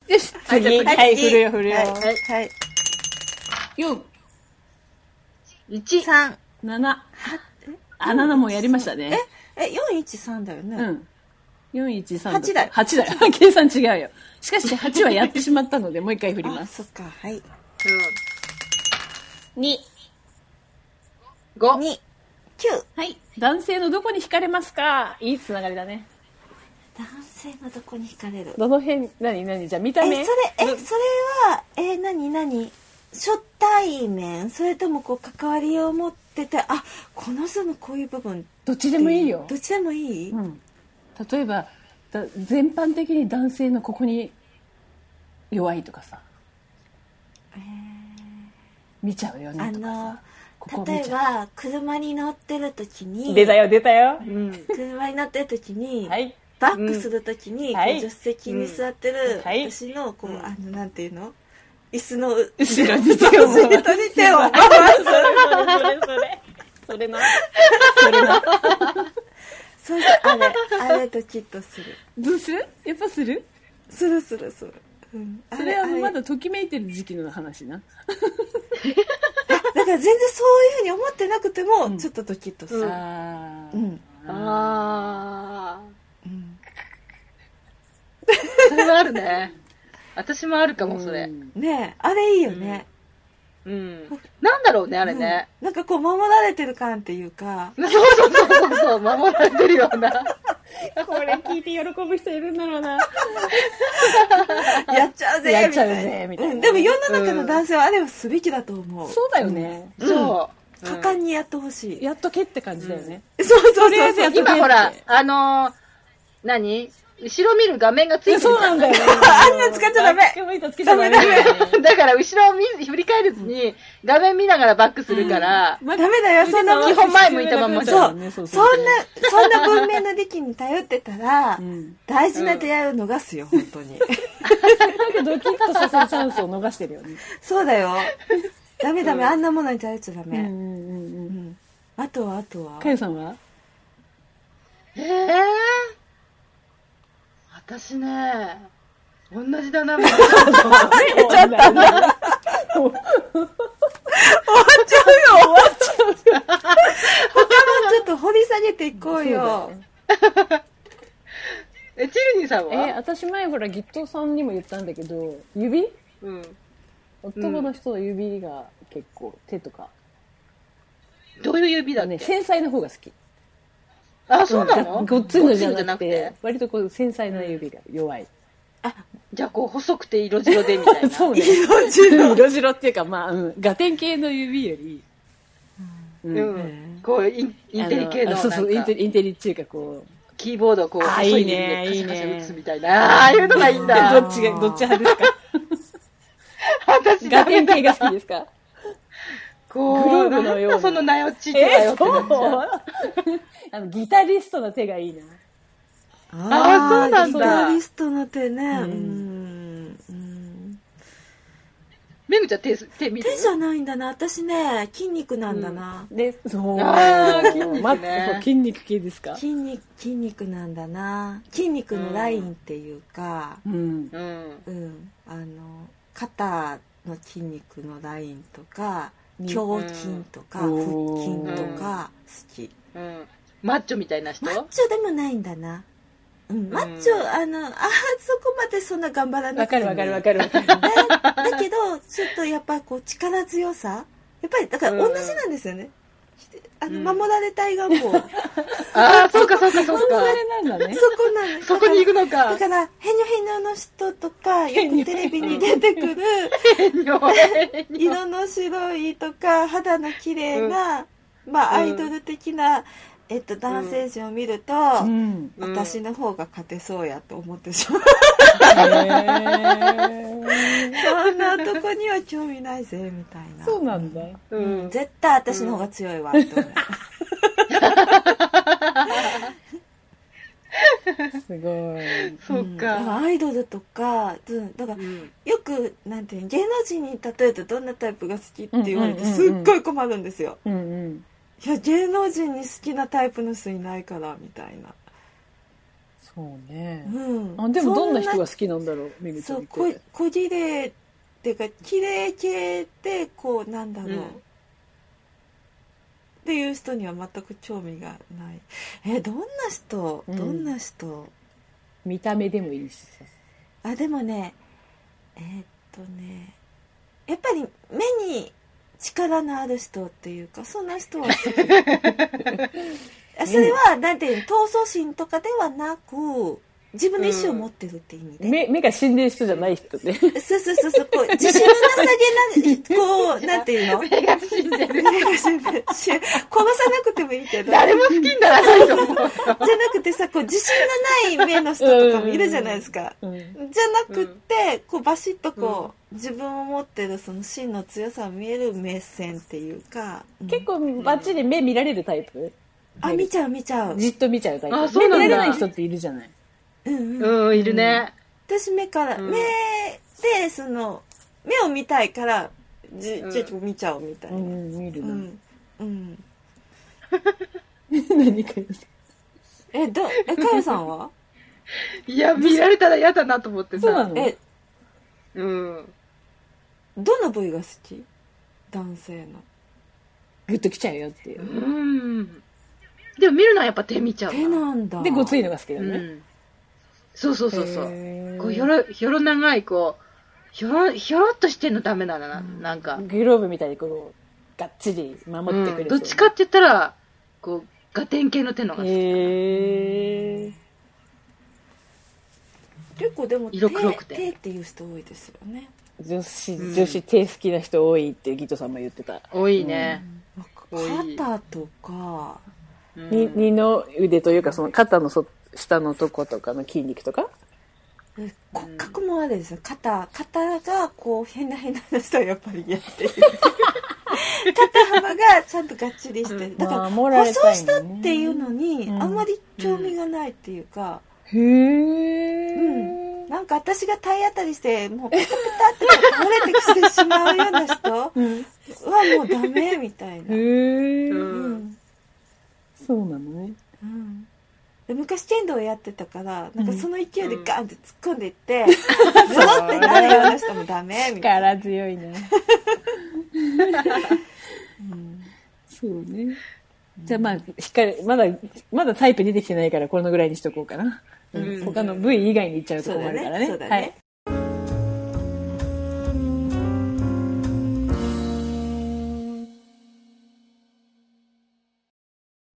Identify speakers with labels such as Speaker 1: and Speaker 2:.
Speaker 1: 次、
Speaker 2: はいじゃあ
Speaker 1: はい、
Speaker 2: 次
Speaker 1: 振るよ、振るよ。
Speaker 2: はい
Speaker 1: はい。
Speaker 3: 4、
Speaker 2: 一三
Speaker 3: 7。あ、7もやりましたね。
Speaker 1: え、413だよね。
Speaker 3: うん。413。
Speaker 1: 8だよ
Speaker 3: 8だよ。 計算違うよ。しかし8はやってしまったので、もう一回振り
Speaker 1: あ、
Speaker 3: ます。
Speaker 1: そっか、はい。
Speaker 2: 二
Speaker 1: 2、
Speaker 2: 五
Speaker 1: 9。
Speaker 3: はい。男性のどこに惹かれますかいいつながりだね。
Speaker 1: 男性のどこに惹かれる
Speaker 3: どの辺、何何じゃあ見た
Speaker 1: え、そ
Speaker 3: 目
Speaker 1: れ、え、それは、え、なになに初対面それともこう関わりを持ってて、あ、この人のこういう部分。
Speaker 3: どっちでもいいよ
Speaker 1: ど。っちでもいい、
Speaker 3: うん。例えば、だ全般的に男性のここに弱いとかさ。見ちゃうよ
Speaker 1: あ
Speaker 3: ねとか
Speaker 1: の
Speaker 3: さ。、ここ
Speaker 1: 例
Speaker 3: 見
Speaker 1: え
Speaker 3: ちゃ
Speaker 1: ば、車に乗ってる時
Speaker 3: う。
Speaker 1: に、
Speaker 3: 出たよ、出たよ。
Speaker 2: うん
Speaker 1: 車に乗ってる時に、
Speaker 3: はい。
Speaker 1: バックするときに、
Speaker 3: うん
Speaker 1: こう
Speaker 3: はい
Speaker 1: 助手席に座ってる、
Speaker 3: うんはい
Speaker 1: 私のこう、
Speaker 2: うん
Speaker 1: あのなんていうの椅子の
Speaker 3: 後ろに手を
Speaker 1: 後ろに取り手を
Speaker 3: それそれそれ。それな。それな。
Speaker 1: そうそうあれあれドキッとする
Speaker 3: どうするやっぱする
Speaker 1: するするする、うん、あ
Speaker 3: それはもうま
Speaker 1: あ
Speaker 3: だときめいてる時期の話な。
Speaker 1: だから全然そういうふうに思ってなくても、
Speaker 3: うん
Speaker 1: ちょっとドキッとす
Speaker 3: あー
Speaker 1: るうん、うん
Speaker 2: ああそれはあるね私もあるかもそれ
Speaker 1: ねえあれいいよね、
Speaker 2: うんなんだろうねあ
Speaker 1: あ
Speaker 2: れね、
Speaker 1: なんかこう守られてる感ってい うか
Speaker 2: そうそうそうそうそう守られてるような
Speaker 3: これ聞いて喜ぶ人いるんだろうな。
Speaker 1: やっちゃうぜ
Speaker 3: やっ
Speaker 1: み
Speaker 3: ちゃ
Speaker 1: た
Speaker 3: う
Speaker 1: いな
Speaker 3: ぜみたいな
Speaker 1: うんでも世の中の男性はあれをすべきだと思う、
Speaker 3: そうだよね。
Speaker 2: そう、
Speaker 1: 果敢にやってほしい、
Speaker 3: やっとけって感じだよね。
Speaker 1: そうそうそう
Speaker 3: とりあえずやっとけって
Speaker 2: 今ほら、あのー、何後ろ見る画面がついて
Speaker 3: え
Speaker 2: る
Speaker 3: そうなんだよね。
Speaker 1: あんなん使っちゃダメ
Speaker 3: バック向いたらつけちゃダメだよね。
Speaker 2: だから後ろを見振り返らずに画面見ながらバックするから、
Speaker 3: ま
Speaker 1: ダメだよそんなもん
Speaker 2: 基本前向いたまんまだ
Speaker 1: そ
Speaker 2: よ
Speaker 1: う、そんな、そんな文明の利器に頼ってたら、
Speaker 3: うん
Speaker 1: 大事な出会いを逃すよ、本当
Speaker 3: なん
Speaker 1: に。
Speaker 3: かドキッとさせるチャンスを逃してるよね。
Speaker 1: そうだよ。ダメダメ、あんなものに頼っちゃダ
Speaker 3: うんう
Speaker 1: メ。
Speaker 3: んう。
Speaker 1: うんん。あとは、あとは。
Speaker 3: かよさんは
Speaker 2: ええー、私ね同 じだなもう
Speaker 3: ちょっと終わっちゃうよ。
Speaker 1: もうちょっと掘り下げていこうよ。
Speaker 2: えチルニーさんは、
Speaker 3: え、私前ほら、ギットさんにも言ったんだけど、指
Speaker 2: うん、
Speaker 3: 男の人の指が結構、手とか。
Speaker 2: どういう指だっけ、
Speaker 3: ね、繊細な方が好き。
Speaker 2: あそうなの
Speaker 3: ごっついのじゃなく
Speaker 2: ごっついのじゃ
Speaker 3: て、割とこう、繊細な指が弱い。
Speaker 2: じゃあこう細くて色白でみたい な
Speaker 3: そうね。
Speaker 1: 色白。
Speaker 3: 色白っていうか、まあ、うん。ガテン系の指より、う
Speaker 2: うんん、こうインインテリ系の
Speaker 3: あ
Speaker 2: なんか
Speaker 3: そうそう、インテリインテリっていうか、こう。
Speaker 2: キーボードをこう
Speaker 3: あ
Speaker 2: 細い指で
Speaker 3: い
Speaker 2: カシ
Speaker 3: いね
Speaker 2: ャ
Speaker 3: い
Speaker 2: カシ
Speaker 3: いね
Speaker 2: ャ打つみたいなああいうのがいいん
Speaker 3: ど
Speaker 2: だ
Speaker 3: っちが、どっち派ですか
Speaker 2: 私
Speaker 3: ガ
Speaker 2: ダ
Speaker 3: テ
Speaker 2: メ
Speaker 3: ン
Speaker 2: だ
Speaker 3: 系が好きですか
Speaker 2: こう
Speaker 3: グローブのような
Speaker 2: なんだそのなよちとか
Speaker 3: え
Speaker 2: よ
Speaker 3: ー、
Speaker 2: ってなっちゃう
Speaker 3: そう あの、ギタリストの手がいいな。
Speaker 2: あそうなんだ
Speaker 1: ギタリストの手ね。う
Speaker 3: うん
Speaker 1: ん。うん
Speaker 2: めぐちゃん手す手見る
Speaker 1: 手じゃないんだな。私ね、筋肉なんだな。
Speaker 3: で、そう。
Speaker 2: あー筋肉ね
Speaker 3: まそう筋肉系ですか
Speaker 1: 筋肉、筋肉なんだな。筋肉のラインっていうか。
Speaker 3: うん。
Speaker 2: うん
Speaker 1: うん、あの肩の筋肉のラインとか
Speaker 3: うん
Speaker 1: 胸筋とか腹
Speaker 3: おー
Speaker 1: 筋とか好き、
Speaker 2: うんマッチョみたいな人
Speaker 1: マッチョでもないんだな、うん、マッチョ、
Speaker 2: うん
Speaker 1: あのあーそこまでそんな頑張らな
Speaker 3: わ
Speaker 1: くて
Speaker 3: か
Speaker 1: も
Speaker 3: るわかるわ
Speaker 1: る
Speaker 3: かるわかる。
Speaker 1: だけどちょっとやっぱこう力強さやっぱりだから同じなんですよね、あ
Speaker 2: うん
Speaker 1: の守られたい願望、そこ
Speaker 2: ああ、そうかそうかそ
Speaker 3: そん
Speaker 2: う
Speaker 3: な
Speaker 2: か
Speaker 3: あ。れなんだね。
Speaker 1: なの
Speaker 2: そこに行くの
Speaker 1: だ
Speaker 2: か。
Speaker 1: からへにょへにょの人とか
Speaker 3: へ
Speaker 1: よ
Speaker 3: に
Speaker 1: く
Speaker 3: ょへ
Speaker 1: テ
Speaker 3: にょ
Speaker 1: レビに出てくる 色の白いとか肌の綺麗な、まあア
Speaker 2: うん
Speaker 1: イドル的な、えっと、男性陣を見ると、
Speaker 3: うん。
Speaker 2: うん
Speaker 1: 私の方が勝てそうやと思ってしまう、
Speaker 3: へー
Speaker 1: そんな男には興味ないぜみたいな
Speaker 3: そうなんだ。
Speaker 2: うん。
Speaker 1: 絶対私の方が強いわって 思う、
Speaker 3: すごい。
Speaker 2: そうん
Speaker 1: だから
Speaker 2: か。
Speaker 1: アイドルとか、うん、だから
Speaker 2: うん
Speaker 1: よくなんていうの芸能人に例えてどんなタイプが好きって言われて
Speaker 3: うんうん
Speaker 1: す
Speaker 3: うんう
Speaker 1: っ
Speaker 3: ん
Speaker 1: ごい困るんですよ、
Speaker 3: うんうん。
Speaker 1: いや芸能人に好きなタイプの人いないからみたいな
Speaker 3: そそうね。
Speaker 1: うん、
Speaker 3: あでもどんな人
Speaker 1: そ
Speaker 3: が好きなんだろう、めぐちゃ
Speaker 1: そ
Speaker 3: んっ
Speaker 1: うこ
Speaker 3: て。
Speaker 1: こじれっていうか綺麗系でこうなんだろう、
Speaker 2: うん
Speaker 1: っていう人には全く興味がないえどんな人
Speaker 3: うん
Speaker 1: どんな人、
Speaker 3: 見た目でもいいしさ。
Speaker 1: あでもねえーっとねやっぱり目に力のある人っていうかそんな人は 好きあそれはなんていうの闘争心とかではなく自分の意思を持ってるって意味で、
Speaker 3: 目、目が死んでる人じゃない人ね。
Speaker 1: そうそうそうそう、こう、自信のなさげな、こう、なんていうの
Speaker 2: 目が死んでる。
Speaker 1: 殺さなくてもいいけど、じゃ
Speaker 2: 誰も好きにならないと思う。
Speaker 1: なくてさ、こう、自信がない目の人とかもいるじゃないですか。
Speaker 3: うん。
Speaker 1: じゃなくって、こう、バシッとこう、自分を持ってるその芯の強さを見える目線っていうか、うん
Speaker 3: 結構バッチリ目見られるタイプ
Speaker 1: あ、見ちゃう見ちゃう。
Speaker 3: じっと見ちゃうタイプ。
Speaker 2: あそうなんだ
Speaker 3: 目見られない人っているじゃない。
Speaker 1: うんうん。
Speaker 2: うん、いるね。
Speaker 1: 私目から、
Speaker 2: うん
Speaker 1: 目で、その、目を見たいから、じ、
Speaker 2: うん
Speaker 1: ちょっと見ちゃうみたいうな。うん。
Speaker 3: ん、 見る
Speaker 1: う
Speaker 3: な。
Speaker 1: ん。うん
Speaker 3: 何か言って
Speaker 1: え、ど、え、かよさんは
Speaker 2: いや、見られたら嫌だなと思ってさ。
Speaker 3: そうなの
Speaker 1: え、
Speaker 2: うん。
Speaker 1: どの部位が好き男性の。
Speaker 3: グッときちゃうよっていう。
Speaker 2: うん。でも見るのはやっぱ手見ちゃうな。
Speaker 1: 手なんだ。
Speaker 3: で、ごついのが好きだ
Speaker 2: う
Speaker 3: ね。
Speaker 2: ん。そうそうそうそう。
Speaker 3: へー
Speaker 2: こう、ひょろ、ひょろ長い、こう、ひょろ、ひょろっとしてんのダメだな、なんか。
Speaker 3: グローブみたいにこう、がっちり守ってくれ
Speaker 2: う
Speaker 3: そ
Speaker 2: んど
Speaker 3: う
Speaker 2: っちかって言ったら、こう、ガテン系の手の方が好き
Speaker 3: へえ。
Speaker 1: 結構でも手、
Speaker 2: 色黒くて
Speaker 1: 手っていう人多いですよね。
Speaker 3: 女子、
Speaker 2: うん
Speaker 3: 女子手好きな人多いってギトさんも言ってた。
Speaker 2: 多いね。
Speaker 1: なんか
Speaker 2: 多い
Speaker 1: 肩とか、
Speaker 2: うん
Speaker 3: に二の腕というか、その肩のそ下のとことかの筋肉とか
Speaker 1: え骨格もあるんですよ。肩、肩がこう、変な変な人はやっぱり嫌っていう 肩幅がちゃんとがっちりしてる。だから、
Speaker 3: 守
Speaker 1: 舗装したっていうのに、
Speaker 3: うん
Speaker 1: あんまり興味がないっていうか、
Speaker 3: へえ。
Speaker 1: うなんか私が体当たりして、もうペタペタって倒れてきてしまうような人は
Speaker 3: うん。
Speaker 1: もうダメみたいな。
Speaker 3: へえ。
Speaker 2: うん
Speaker 1: うん
Speaker 3: そうなのね。
Speaker 1: うんで昔剣道やってたから、なんかその勢いでガンって突っ込んでいって、
Speaker 3: そ
Speaker 1: ゾロってなるような人もダメみたいな。
Speaker 3: 力強いね。
Speaker 1: うん
Speaker 3: そうね。じゃあまあ、光、まだ、まだタイプ出てきてないから、このぐらいにしとこうかな。
Speaker 2: うん
Speaker 3: 他の部位以外にいっちゃうと
Speaker 1: そう
Speaker 3: 困
Speaker 1: だ
Speaker 3: るから
Speaker 1: ね。
Speaker 3: ね。
Speaker 1: そうだ
Speaker 3: はい
Speaker 1: ね。。